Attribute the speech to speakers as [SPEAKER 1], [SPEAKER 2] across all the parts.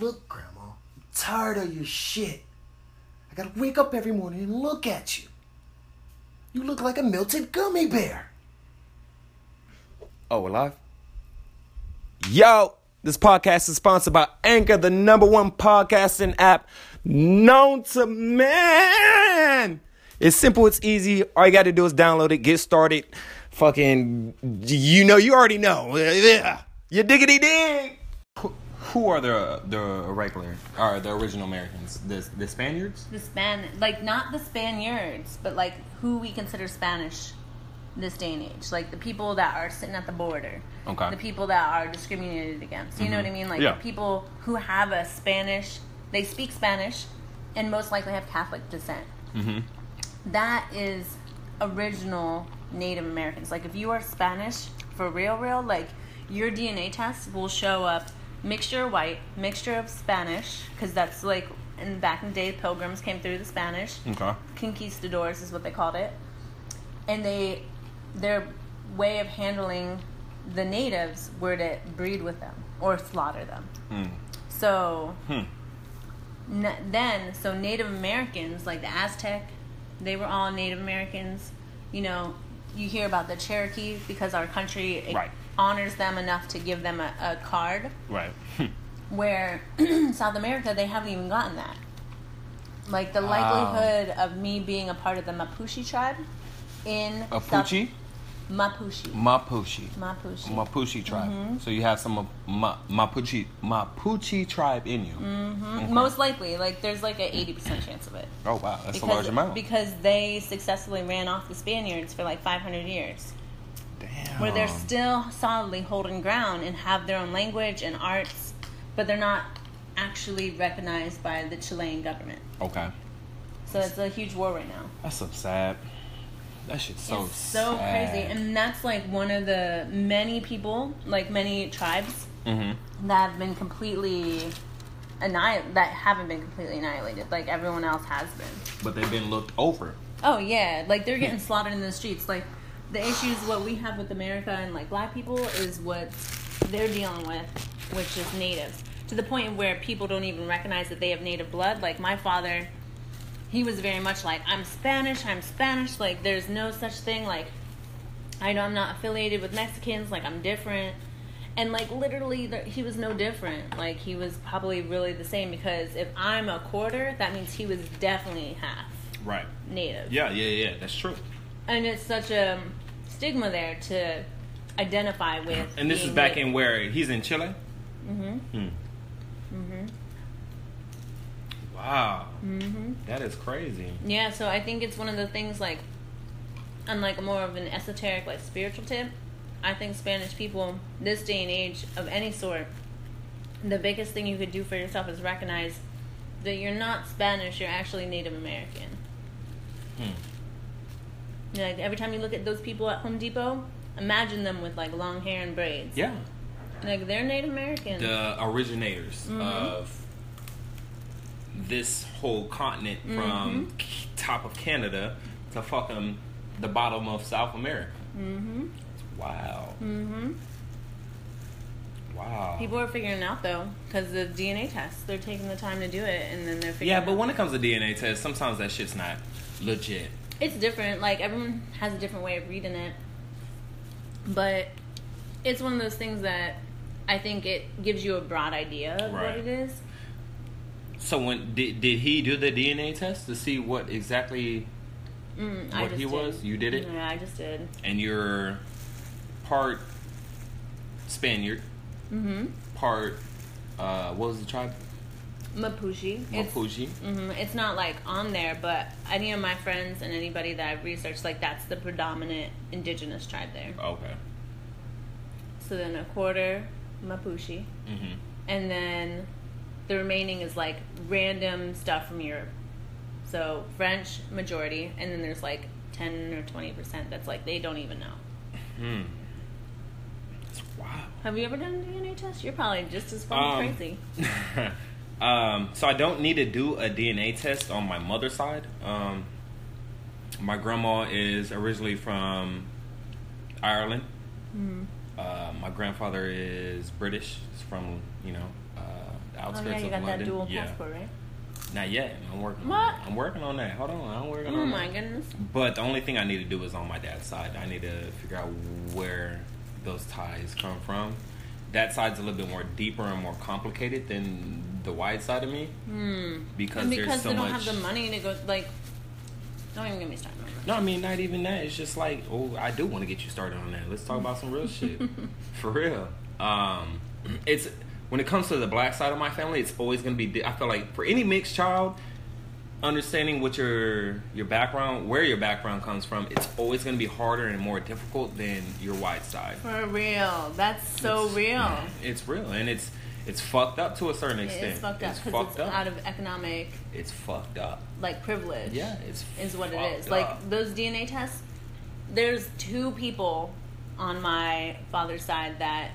[SPEAKER 1] Look, Grandma, I'm tired of your shit. I gotta wake up every morning and look at you. You look like a melted gummy bear.
[SPEAKER 2] Oh, we're live? Yo, this podcast is sponsored by Anchor, the number one podcasting app known to man. It's simple, it's easy. All you got to do is download it, get started. Fucking, you know, you already know. Yeah. You diggity dig. Who are the the regular or the original Americans? The the Spaniards?
[SPEAKER 3] The Span, like not the Spaniards, but like who we consider Spanish this day and age. Like the people that are sitting at the border.
[SPEAKER 2] Okay. Mm-hmm.
[SPEAKER 3] The people that are discriminated against. You know what I mean? Like
[SPEAKER 2] Yeah.
[SPEAKER 3] the people who have a Spanish, they speak Spanish and most likely have Catholic descent. Mm-hmm. is original Native Americans. Like if you are Spanish for real, real, like your DNA test will show up mixture of white, mixture of Spanish, because that's like in back in the day, pilgrims came through the Spanish
[SPEAKER 2] Okay.
[SPEAKER 3] conquistadors is what they called it and they their way of handling the natives were to breed with them or slaughter them so n- then so native americans like the aztec they were all native americans you know you hear about the cherokee because our country it
[SPEAKER 2] Right.
[SPEAKER 3] honors them enough to give them a, a card
[SPEAKER 2] Right.
[SPEAKER 3] where South America they haven't even gotten that. Like the likelihood of me being a part of the Mapuche tribe in South-
[SPEAKER 2] Apuche?
[SPEAKER 3] Mapuche.
[SPEAKER 2] Mapuche.
[SPEAKER 3] Mapuche.
[SPEAKER 2] Mapuche tribe. So you have some of Ma- Mapuche Mapuche tribe in you.
[SPEAKER 3] Most likely, like there's like a eighty percent chance of it.
[SPEAKER 2] Oh wow, that's a large amount.
[SPEAKER 3] because they successfully ran off the Spaniards for like 500 years,
[SPEAKER 2] Damn.
[SPEAKER 3] where they're still solidly holding ground and have their own language and arts, but they're not actually recognized by the Chilean government.
[SPEAKER 2] okay.
[SPEAKER 3] So it's a huge war right now.
[SPEAKER 2] That's so sad. That shit's so
[SPEAKER 3] it's so
[SPEAKER 2] sad.
[SPEAKER 3] crazy and that's like one of the many people like many tribes
[SPEAKER 2] Mhm.
[SPEAKER 3] that have been completely annihil- that haven't been completely annihilated like everyone else has been
[SPEAKER 2] but they've been looked over.
[SPEAKER 3] oh yeah like they're getting slaughtered in the streets like the issues what we have with america and like black people is what they're dealing with which is natives to the point where people don't even recognize that they have native blood like my father he was very much like i'm spanish i'm spanish like there's no such thing like i know i'm not affiliated with mexicans like i'm different and like literally there, he was no different like he was probably really the same because if i'm a quarter that means he was definitely half
[SPEAKER 2] Right.
[SPEAKER 3] native
[SPEAKER 2] Yeah, yeah, yeah. That's true.
[SPEAKER 3] and it's such a stigma there to identify with
[SPEAKER 2] And this is
[SPEAKER 3] being
[SPEAKER 2] back
[SPEAKER 3] native.
[SPEAKER 2] in where he's in Chile. Mm-hmm. Mm. hmm Wow. Mm-hmm. is crazy.
[SPEAKER 3] Yeah, so I think it's one of the things like, on like more of an esoteric, like spiritual tip. I think Spanish people, this day and age of any sort, the biggest thing you could do for yourself is recognize that you're not Spanish. You're actually Native American.
[SPEAKER 2] Hmm.
[SPEAKER 3] Yeah, Like every time you look at those people at Home Depot, imagine them with like long hair and braids.
[SPEAKER 2] Yeah.
[SPEAKER 3] Like they're Native American.
[SPEAKER 2] The originators of this whole continent from k- top of Canada to fucking the bottom of South America. Mm-hmm. Wow. Mm-hmm. Wow.
[SPEAKER 3] People are figuring it out though, because the DNA tests. They're taking the time to do it, and then they're figuring.
[SPEAKER 2] yeah, but
[SPEAKER 3] out.
[SPEAKER 2] when it comes to DNA tests, sometimes that shit's not legit.
[SPEAKER 3] it's different. Like everyone has a different way of reading it, but it's one of those things that I think it gives you a broad idea of
[SPEAKER 2] Right.
[SPEAKER 3] what it is.
[SPEAKER 2] So when did, did he do the DNA test to see what exactly
[SPEAKER 3] Mm, I
[SPEAKER 2] what
[SPEAKER 3] just
[SPEAKER 2] he
[SPEAKER 3] did.
[SPEAKER 2] was? You did it,
[SPEAKER 3] Yeah, I just did.
[SPEAKER 2] and you're part Spaniard,
[SPEAKER 3] Mm-hmm.
[SPEAKER 2] part uh, what was the tribe?
[SPEAKER 3] Mapuche. It's,
[SPEAKER 2] Mapuche.
[SPEAKER 3] hmm it's not like on there, but any of my friends and anybody that I've researched, like that's the predominant indigenous tribe there.
[SPEAKER 2] Okay.
[SPEAKER 3] So then a quarter Mapuche.
[SPEAKER 2] hmm
[SPEAKER 3] and then the remaining is like random stuff from Europe. So French majority, and then there's like ten or twenty percent that's like they don't even know.
[SPEAKER 2] That's wow.
[SPEAKER 3] Have you ever done a DNA test? You're probably just as fucking
[SPEAKER 2] Um,
[SPEAKER 3] crazy.
[SPEAKER 2] um, so I don't need to do a DNA test on my mother's side. Um, my grandma is originally from Ireland.
[SPEAKER 3] Mm-hmm.
[SPEAKER 2] Uh, my grandfather is British. He's from you know uh, out
[SPEAKER 3] Oh
[SPEAKER 2] outskirts
[SPEAKER 3] yeah, you
[SPEAKER 2] of
[SPEAKER 3] got
[SPEAKER 2] London.
[SPEAKER 3] that dual
[SPEAKER 2] yeah.
[SPEAKER 3] passport, right?
[SPEAKER 2] Not yet. I'm working.
[SPEAKER 3] What?
[SPEAKER 2] On that. I'm working on that. Hold on. I'm working
[SPEAKER 3] Oh
[SPEAKER 2] on
[SPEAKER 3] my
[SPEAKER 2] that.
[SPEAKER 3] goodness.
[SPEAKER 2] But the only thing I need to do is on my dad's side. I need to figure out where those ties come from. That side's a little bit more deeper and more complicated than the wide side of me. Because
[SPEAKER 3] Hmm. And
[SPEAKER 2] there's
[SPEAKER 3] because
[SPEAKER 2] so
[SPEAKER 3] they don't
[SPEAKER 2] much.
[SPEAKER 3] have the money to go, like, don't even get me started. on that.
[SPEAKER 2] No, I mean not even that. It's just like, oh, I do want to get you started on that. Let's talk about some real shit, for real. Um, it's when it comes to the black side of my family, it's always gonna be. di- I feel like for any mixed child, understanding what your your background, where your background comes from, it's always gonna be harder and more difficult than your white side.
[SPEAKER 3] For real, that's so
[SPEAKER 2] It's-
[SPEAKER 3] real.
[SPEAKER 2] It's real, and it's it's fucked up to a certain
[SPEAKER 3] It
[SPEAKER 2] extent.
[SPEAKER 3] is fucked up
[SPEAKER 2] It's
[SPEAKER 3] because
[SPEAKER 2] fucked
[SPEAKER 3] it's
[SPEAKER 2] up.
[SPEAKER 3] out of economic
[SPEAKER 2] it's fucked up.
[SPEAKER 3] like privilege.
[SPEAKER 2] Yeah, it's
[SPEAKER 3] is what it is.
[SPEAKER 2] fucked
[SPEAKER 3] Like
[SPEAKER 2] up.
[SPEAKER 3] those DNA tests. There's two people on my father's side that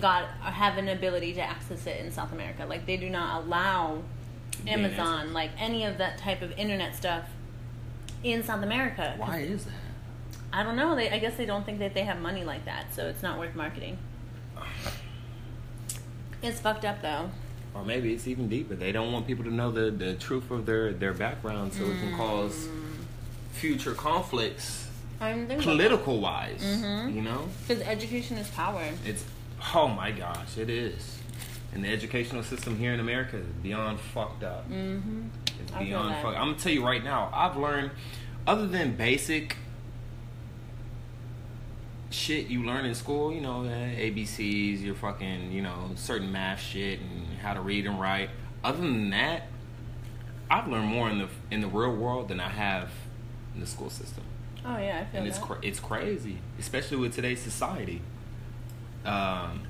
[SPEAKER 3] got have an ability to access it in South America. Like they do not allow
[SPEAKER 2] DNA
[SPEAKER 3] Amazon,
[SPEAKER 2] tests.
[SPEAKER 3] like any of that type of internet stuff in South America.
[SPEAKER 2] Why is that?
[SPEAKER 3] I don't know. They, I guess they don't think that they have money like that, so it's not worth marketing. It's fucked up though.
[SPEAKER 2] or maybe it's even deeper. They don't want people to know the, the truth of their, their background, so it can cause future conflicts,
[SPEAKER 3] I'm
[SPEAKER 2] political wise.
[SPEAKER 3] Mhm.
[SPEAKER 2] You know,
[SPEAKER 3] because education is power.
[SPEAKER 2] it's oh my gosh, it is. And the educational system here in America is beyond fucked up.
[SPEAKER 3] Mm-hmm.
[SPEAKER 2] It's
[SPEAKER 3] I feel
[SPEAKER 2] beyond
[SPEAKER 3] that.
[SPEAKER 2] fucked. I'm gonna tell you right now. I've learned, other than basic shit you learn in school, you know, eh, ABCs, your fucking, you know, certain math shit and how to read and write. Other than that, I've learned more in the in the real world than I have in the school system,
[SPEAKER 3] Oh yeah, I feel
[SPEAKER 2] and
[SPEAKER 3] that.
[SPEAKER 2] it's cra- it's crazy, especially with today's society. Um,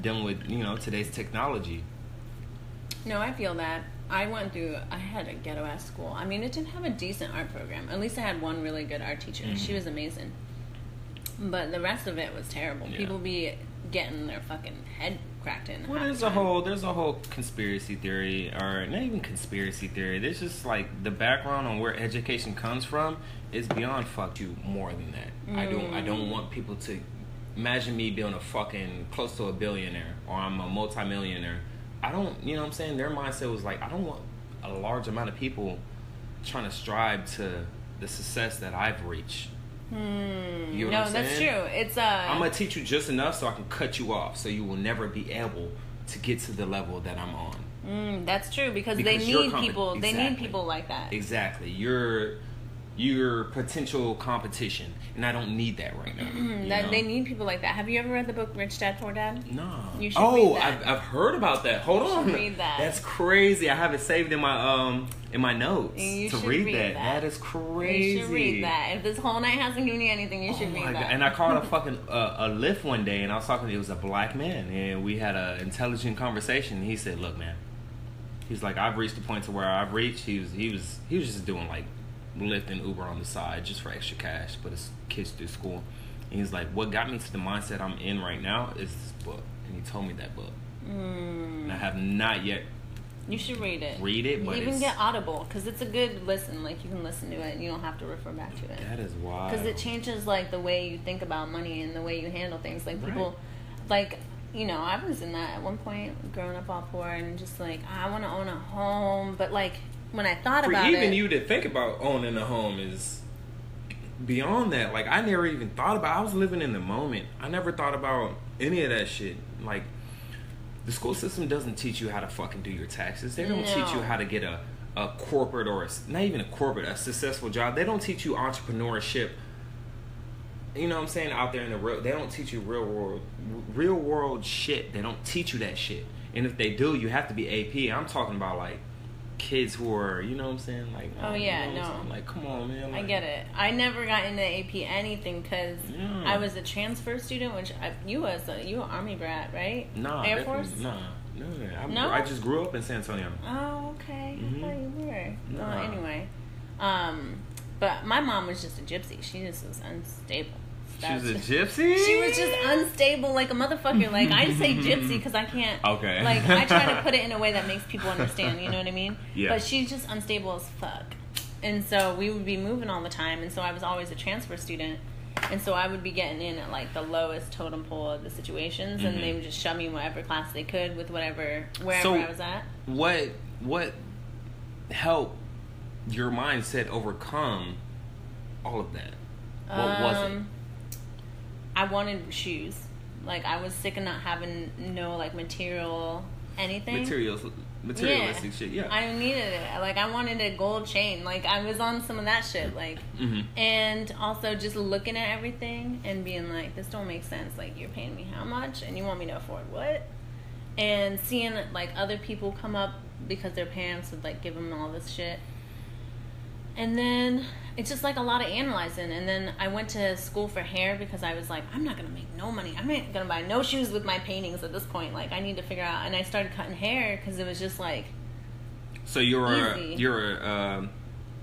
[SPEAKER 2] dealing with you know today's technology.
[SPEAKER 3] No, I feel that. I went through. I had a ghetto ass school. I mean, it didn't have a decent art program. At least I had one really good art teacher.
[SPEAKER 2] Mm-hmm.
[SPEAKER 3] She was amazing. But the rest of it was terrible.
[SPEAKER 2] Yeah.
[SPEAKER 3] People be getting their fucking head cracked in.
[SPEAKER 2] Well,
[SPEAKER 3] half
[SPEAKER 2] there's
[SPEAKER 3] the
[SPEAKER 2] a
[SPEAKER 3] time.
[SPEAKER 2] whole there's a whole conspiracy theory, or not even conspiracy theory. There's just like the background on where education comes from is beyond fuck you more than that. I don't I don't
[SPEAKER 3] Mm.
[SPEAKER 2] want people to imagine me being a fucking close to a billionaire or I'm a multimillionaire. I don't you know what I'm saying. Their mindset was like I don't want a large amount of people trying to strive to the success that I've reached. You know
[SPEAKER 3] Hmm. No,
[SPEAKER 2] what I'm
[SPEAKER 3] that's
[SPEAKER 2] saying?
[SPEAKER 3] true. It's uh,
[SPEAKER 2] I'm gonna teach you just enough so I can cut you off, so you will never be able to get to the level that I'm on.
[SPEAKER 3] mm, that's true because,
[SPEAKER 2] Because
[SPEAKER 3] they
[SPEAKER 2] you're
[SPEAKER 3] need
[SPEAKER 2] competent.
[SPEAKER 3] people. They need
[SPEAKER 2] Exactly.
[SPEAKER 3] people like that.
[SPEAKER 2] Exactly, your your potential competition, and I don't need that right now. you
[SPEAKER 3] Mm-hmm. Mm, That
[SPEAKER 2] know?
[SPEAKER 3] they need people like that. Have you ever read the book Rich Dad Poor Dad?
[SPEAKER 2] No.
[SPEAKER 3] You should
[SPEAKER 2] oh,
[SPEAKER 3] read that.
[SPEAKER 2] I've I've heard about that. Hold
[SPEAKER 3] You
[SPEAKER 2] on.
[SPEAKER 3] should read that.
[SPEAKER 2] That's crazy. I have it saved in my um in my notes
[SPEAKER 3] You
[SPEAKER 2] to
[SPEAKER 3] should
[SPEAKER 2] read,
[SPEAKER 3] read
[SPEAKER 2] that.
[SPEAKER 3] that.
[SPEAKER 2] That is crazy.
[SPEAKER 3] You should read that. If this whole night hasn't given you anything, you should
[SPEAKER 2] Oh
[SPEAKER 3] read
[SPEAKER 2] my
[SPEAKER 3] that.
[SPEAKER 2] God. And I called a fucking uh, a lift one day, and I was talking. It was a black man, and we had an intelligent conversation. And he said, "Look, man, he's like, I've reached the point to where I've reached. He was, he was, he was just doing like Lyft and Uber on the side just for extra cash, but his kids through school. And he's like, what got me to the mindset I'm in right now is this book, and he told me that book,
[SPEAKER 3] Mm,
[SPEAKER 2] and I have not yet
[SPEAKER 3] you should read it.
[SPEAKER 2] read it, but
[SPEAKER 3] you even
[SPEAKER 2] it's,
[SPEAKER 3] get Audible because it's a good listen. Like you can listen to it and you don't have to refer back to it
[SPEAKER 2] that is wild.
[SPEAKER 3] because it changes like the way you think about money and the way you handle things. Like people,
[SPEAKER 2] Right.
[SPEAKER 3] like you know, I was in that at one point, growing up all poor and just like I want to own a home, but like when I thought
[SPEAKER 2] for
[SPEAKER 3] about
[SPEAKER 2] even
[SPEAKER 3] it,
[SPEAKER 2] you to think about owning a home is beyond that. Like I never even thought about. I was living in the moment. I never thought about any of that shit. Like the school system doesn't teach you how to fucking do your taxes. They don't teach you
[SPEAKER 3] No.
[SPEAKER 2] how to get a a corporate or a, s- not even a corporate a successful job. They don't teach you entrepreneurship. You know what I'm saying? Out there in the real, they don't teach you real world, real world shit. They don't teach you that shit. And if they do, you have to be AP. I'm talking about like kids who are, you know what I'm saying? Like, um,
[SPEAKER 3] Oh, yeah,
[SPEAKER 2] you know what I'm
[SPEAKER 3] no.
[SPEAKER 2] saying? Like, come on, man.
[SPEAKER 3] I
[SPEAKER 2] like-
[SPEAKER 3] get it. I never got into AP anything because
[SPEAKER 2] Yeah.
[SPEAKER 3] I was a transfer student, which I, you was a, you were army brat, right?
[SPEAKER 2] Nah,
[SPEAKER 3] Air
[SPEAKER 2] that-
[SPEAKER 3] Force.
[SPEAKER 2] Nah, no, I,
[SPEAKER 3] No?
[SPEAKER 2] I just grew up in San Antonio.
[SPEAKER 3] Oh, okay.
[SPEAKER 2] Mhm.
[SPEAKER 3] I thought you were. Well,
[SPEAKER 2] Nah.
[SPEAKER 3] anyway, um, but my mom was just a gypsy. She just was unstable.
[SPEAKER 2] She was a
[SPEAKER 3] That's-
[SPEAKER 2] gypsy.
[SPEAKER 3] She was just unstable like a motherfucker. Like I say gypsy because I can't.
[SPEAKER 2] Okay.
[SPEAKER 3] Like I try to put it in a way that makes people understand. You know what I mean?
[SPEAKER 2] Yeah.
[SPEAKER 3] But she's just unstable as fuck, and so we would be moving all the time, and so I was always a transfer student, And so I would be getting in at like the lowest totem pole of the situations, and they would just shove me in whatever class they could with whatever wherever
[SPEAKER 2] Mm-hmm. So-
[SPEAKER 3] I was at.
[SPEAKER 2] what what helped your mindset overcome all of that? What was it?
[SPEAKER 3] Um, I wanted shoes. Like I was sick of not having no like material anything.
[SPEAKER 2] Materials, materialistic shit. Yeah.
[SPEAKER 3] I needed it. Like I wanted a gold chain. Like I was on some of that shit. Like
[SPEAKER 2] hmm
[SPEAKER 3] and also just looking at everything and being like, this don't make sense. Like you're paying me how much and you want me to afford what? And seeing like other people come up because their parents would like give them all this shit. And then it's just like a lot of analyzing. And then I went to school for hair because I was like, I'm not gonna make no money. I'm not gonna buy no shoes with my paintings at this point. Like I need to figure out. And I started cutting hair because it was just like
[SPEAKER 2] So you're a,
[SPEAKER 3] Easy.
[SPEAKER 2] you're a, um,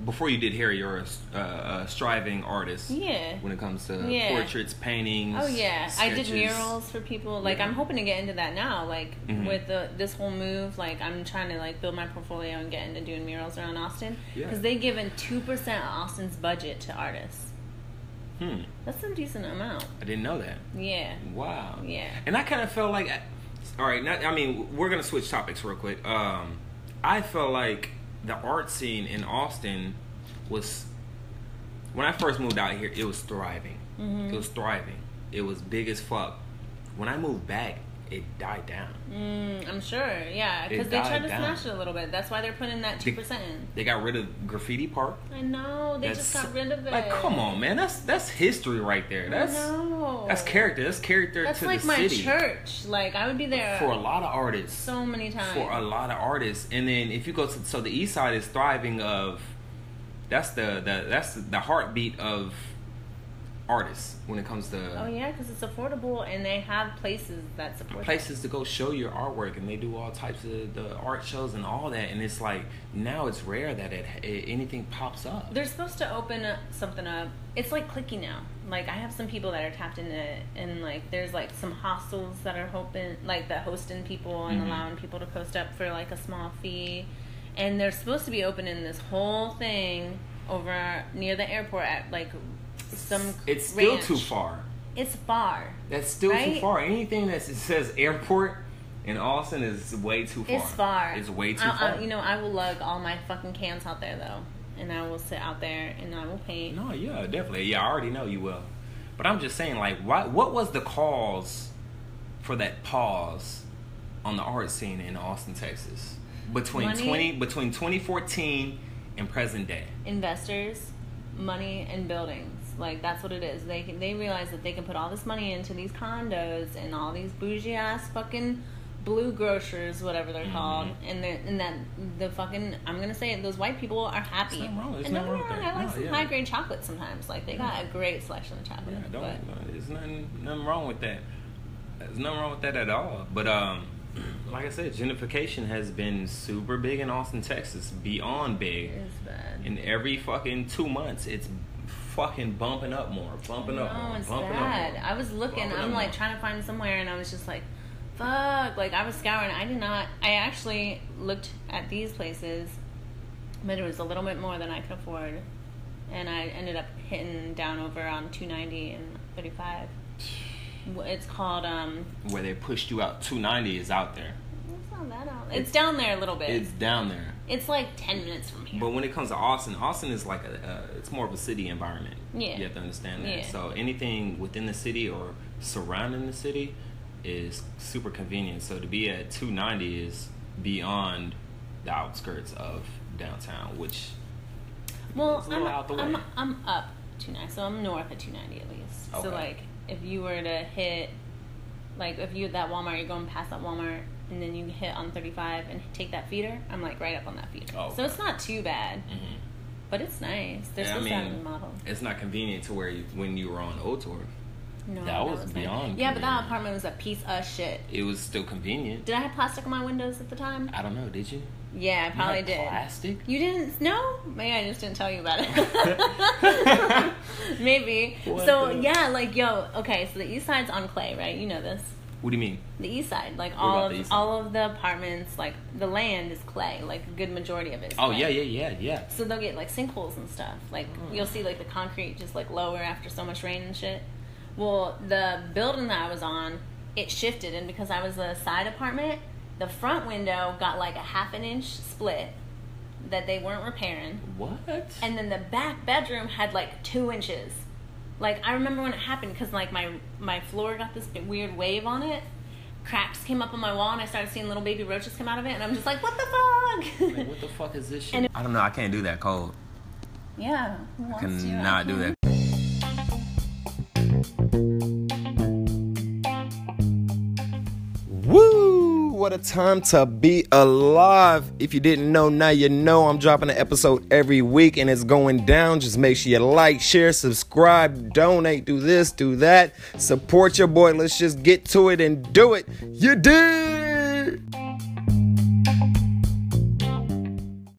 [SPEAKER 2] before you did hair, you're a, s- uh, a striving artist.
[SPEAKER 3] Yeah.
[SPEAKER 2] When it comes to
[SPEAKER 3] Yeah.
[SPEAKER 2] portraits, paintings.
[SPEAKER 3] Oh yeah, I
[SPEAKER 2] sketches.
[SPEAKER 3] did murals for people. Like
[SPEAKER 2] Yeah.
[SPEAKER 3] I'm hoping to get into that now. Like
[SPEAKER 2] Mhm.
[SPEAKER 3] with the, this whole move, like I'm trying to like build my portfolio and get into doing murals around Austin
[SPEAKER 2] Yeah.
[SPEAKER 3] because they give in two percent of Austin's budget to artists.
[SPEAKER 2] Hmm.
[SPEAKER 3] That's a decent amount.
[SPEAKER 2] I didn't know that.
[SPEAKER 3] Yeah.
[SPEAKER 2] Wow.
[SPEAKER 3] Yeah.
[SPEAKER 2] And I kind of felt like, I, all right, not, I mean, we're gonna switch topics real quick. Um, I felt like the art scene in Austin was when I first moved out here. It was thriving.
[SPEAKER 3] Mm-hmm.
[SPEAKER 2] It was thriving. It was big as fuck. When I moved back, it died down.
[SPEAKER 3] Mm, I'm sure. Yeah,
[SPEAKER 2] It
[SPEAKER 3] because they tried
[SPEAKER 2] died
[SPEAKER 3] to
[SPEAKER 2] down.
[SPEAKER 3] smash it a little bit. That's why they're putting that two percent in.
[SPEAKER 2] They got rid of graffiti park.
[SPEAKER 3] I know they just
[SPEAKER 2] That's-
[SPEAKER 3] got rid of it.
[SPEAKER 2] Like, come on, man. That's that's history right there. That's
[SPEAKER 3] I know.
[SPEAKER 2] that's character. That's character
[SPEAKER 3] That's
[SPEAKER 2] to
[SPEAKER 3] like
[SPEAKER 2] the
[SPEAKER 3] my
[SPEAKER 2] city.
[SPEAKER 3] church. Like I would be there
[SPEAKER 2] For a lot of artists.
[SPEAKER 3] so many times.
[SPEAKER 2] for a lot of artists. And then if you go to so the east side is thriving of that's the, the that's the heartbeat of artists when it comes to
[SPEAKER 3] Oh yeah, because it's affordable and they have places that support.
[SPEAKER 2] places to go show your artwork and they do all types of the art shows and all that and it's like now it's rare that it, it anything pops up.
[SPEAKER 3] it. They're supposed to open up something up. It's like clicky now. Like I have some people that are tapped into it, and like there's like some hostels that are hoping like that hosting people and
[SPEAKER 2] Mhm.
[SPEAKER 3] allowing people to post up for like a small fee, and they're supposed to be opening this whole thing over near the airport at like some.
[SPEAKER 2] it's still
[SPEAKER 3] ranch.
[SPEAKER 2] too far.
[SPEAKER 3] It's far.
[SPEAKER 2] That's still too
[SPEAKER 3] Right?
[SPEAKER 2] far. Anything that says airport in Austin is way too far.
[SPEAKER 3] It's far.
[SPEAKER 2] It's way too
[SPEAKER 3] I,
[SPEAKER 2] far.
[SPEAKER 3] I, you know, I will lug all my fucking cans out there though, and I will sit out there and I will paint.
[SPEAKER 2] No, yeah, definitely. Yeah, I already know you will. But I'm just saying, like, why, what was the cause for that pause on the art scene in Austin, Texas, between
[SPEAKER 3] Money.
[SPEAKER 2] twenty between 2014 and present day?
[SPEAKER 3] investors, money, and buildings. Like that's what it is. They can, they realize that they can put all this money into these condos and all these bougie ass fucking blue grocers, whatever
[SPEAKER 2] Mm-hmm.
[SPEAKER 3] they're called, and they're, and that the fucking I'm gonna say it, those white people are happy.
[SPEAKER 2] There's nothing wrong- there's
[SPEAKER 3] and
[SPEAKER 2] nothing
[SPEAKER 3] nothing
[SPEAKER 2] wrong with
[SPEAKER 3] wrong.
[SPEAKER 2] that.
[SPEAKER 3] I like
[SPEAKER 2] No,
[SPEAKER 3] some
[SPEAKER 2] yeah.
[SPEAKER 3] high grade chocolate sometimes. Like they got a great selection of chocolate.
[SPEAKER 2] Yeah, don't.
[SPEAKER 3] but-
[SPEAKER 2] no, There's nothing nothing wrong with that. There's nothing wrong with that at all. But um, like I said, gentrification has been super big in Austin, Texas, beyond big.
[SPEAKER 3] it's bad.
[SPEAKER 2] And every fucking two months, it's fucking bumping up more, bumping up
[SPEAKER 3] No,
[SPEAKER 2] more,
[SPEAKER 3] Oh, it's
[SPEAKER 2] bumping
[SPEAKER 3] bad.
[SPEAKER 2] up more.
[SPEAKER 3] I was looking.
[SPEAKER 2] Bumping
[SPEAKER 3] I'm
[SPEAKER 2] up
[SPEAKER 3] like
[SPEAKER 2] more.
[SPEAKER 3] trying to find somewhere, and I was just like, "Fuck!" Like I was scouring. I did not. I actually looked at these places, but it was a little bit more than I could afford, and I ended up hitting down over on 290 and 35. W- It's called. um
[SPEAKER 2] where they pushed you out 290 is out there.
[SPEAKER 3] It's not that out. It's down there a little bit.
[SPEAKER 2] It's
[SPEAKER 3] It's,
[SPEAKER 2] down there.
[SPEAKER 3] like 10 minutes from here.
[SPEAKER 2] But when it comes to Austin, Austin is like a, uh, it's more of a city environment.
[SPEAKER 3] Yeah.
[SPEAKER 2] You have to understand that.
[SPEAKER 3] Yeah.
[SPEAKER 2] So anything within the city or surrounding the city is super convenient. So to be at 290 is beyond the outskirts of downtown, which
[SPEAKER 3] Well,
[SPEAKER 2] It's a
[SPEAKER 3] I'm,
[SPEAKER 2] little out the
[SPEAKER 3] I'm,
[SPEAKER 2] way.
[SPEAKER 3] I'm up 290, so I'm north of 290 at least.
[SPEAKER 2] Okay.
[SPEAKER 3] So, like, if you were to hit, like, if you that Walmart, you're going past that Walmart, and then you hit on 35 and take that feeder, I'm like right up on that feeder.
[SPEAKER 2] Oh, okay.
[SPEAKER 3] So it's not too bad,
[SPEAKER 2] mhm.
[SPEAKER 3] but it's nice. They're
[SPEAKER 2] Yeah, I
[SPEAKER 3] supposed to have
[SPEAKER 2] mean,
[SPEAKER 3] a model.
[SPEAKER 2] it's not convenient to where you, when you were on Old Tour,
[SPEAKER 3] No,
[SPEAKER 2] that was
[SPEAKER 3] nice.
[SPEAKER 2] beyond
[SPEAKER 3] Yeah, but that
[SPEAKER 2] convenient.
[SPEAKER 3] apartment was a piece of shit.
[SPEAKER 2] it was still convenient.
[SPEAKER 3] Did I have plastic on my windows at the time?
[SPEAKER 2] I don't know, did you?
[SPEAKER 3] Yeah, I probably
[SPEAKER 2] you had
[SPEAKER 3] did.
[SPEAKER 2] Plastic?
[SPEAKER 3] You didn't know? Maybe I just didn't tell you about it. Maybe.
[SPEAKER 2] What
[SPEAKER 3] so
[SPEAKER 2] the-
[SPEAKER 3] yeah, like yo, okay, so the east side's on clay, right? You know this.
[SPEAKER 4] What do you mean?
[SPEAKER 3] The east side, like all
[SPEAKER 4] about
[SPEAKER 3] of
[SPEAKER 4] the east side?
[SPEAKER 3] all of the apartments, like the land is clay, like a good majority of it. Is
[SPEAKER 4] Oh
[SPEAKER 3] clay.
[SPEAKER 4] yeah, yeah, yeah, yeah.
[SPEAKER 3] So they'll get like sinkholes and stuff. Like you'll see like the concrete just like lower after so much rain and shit. Well, the building that I was on, it shifted, and because I was a side apartment, the front window got like a half an inch split that they weren't repairing,
[SPEAKER 4] What?
[SPEAKER 3] and then the back bedroom had like two inches. Like I remember when it happened because like my my floor got this big weird wave on it. Cracks came up on my wall, and I started seeing little baby roaches come out of it, and I'm just like, what the fuck?
[SPEAKER 4] Like, what the fuck is this
[SPEAKER 3] And
[SPEAKER 4] shit? I don't know. I can't do that cold.
[SPEAKER 3] yeah, who wants to? I
[SPEAKER 4] Cannot do
[SPEAKER 3] can't.
[SPEAKER 4] that.
[SPEAKER 2] Woo! What a time to be alive. If you didn't know, now you know. I'm dropping an episode every week and it's going down. Just make sure you like, share, subscribe, donate, do this, do that. Support your boy. Let's just get to it and do it. You did!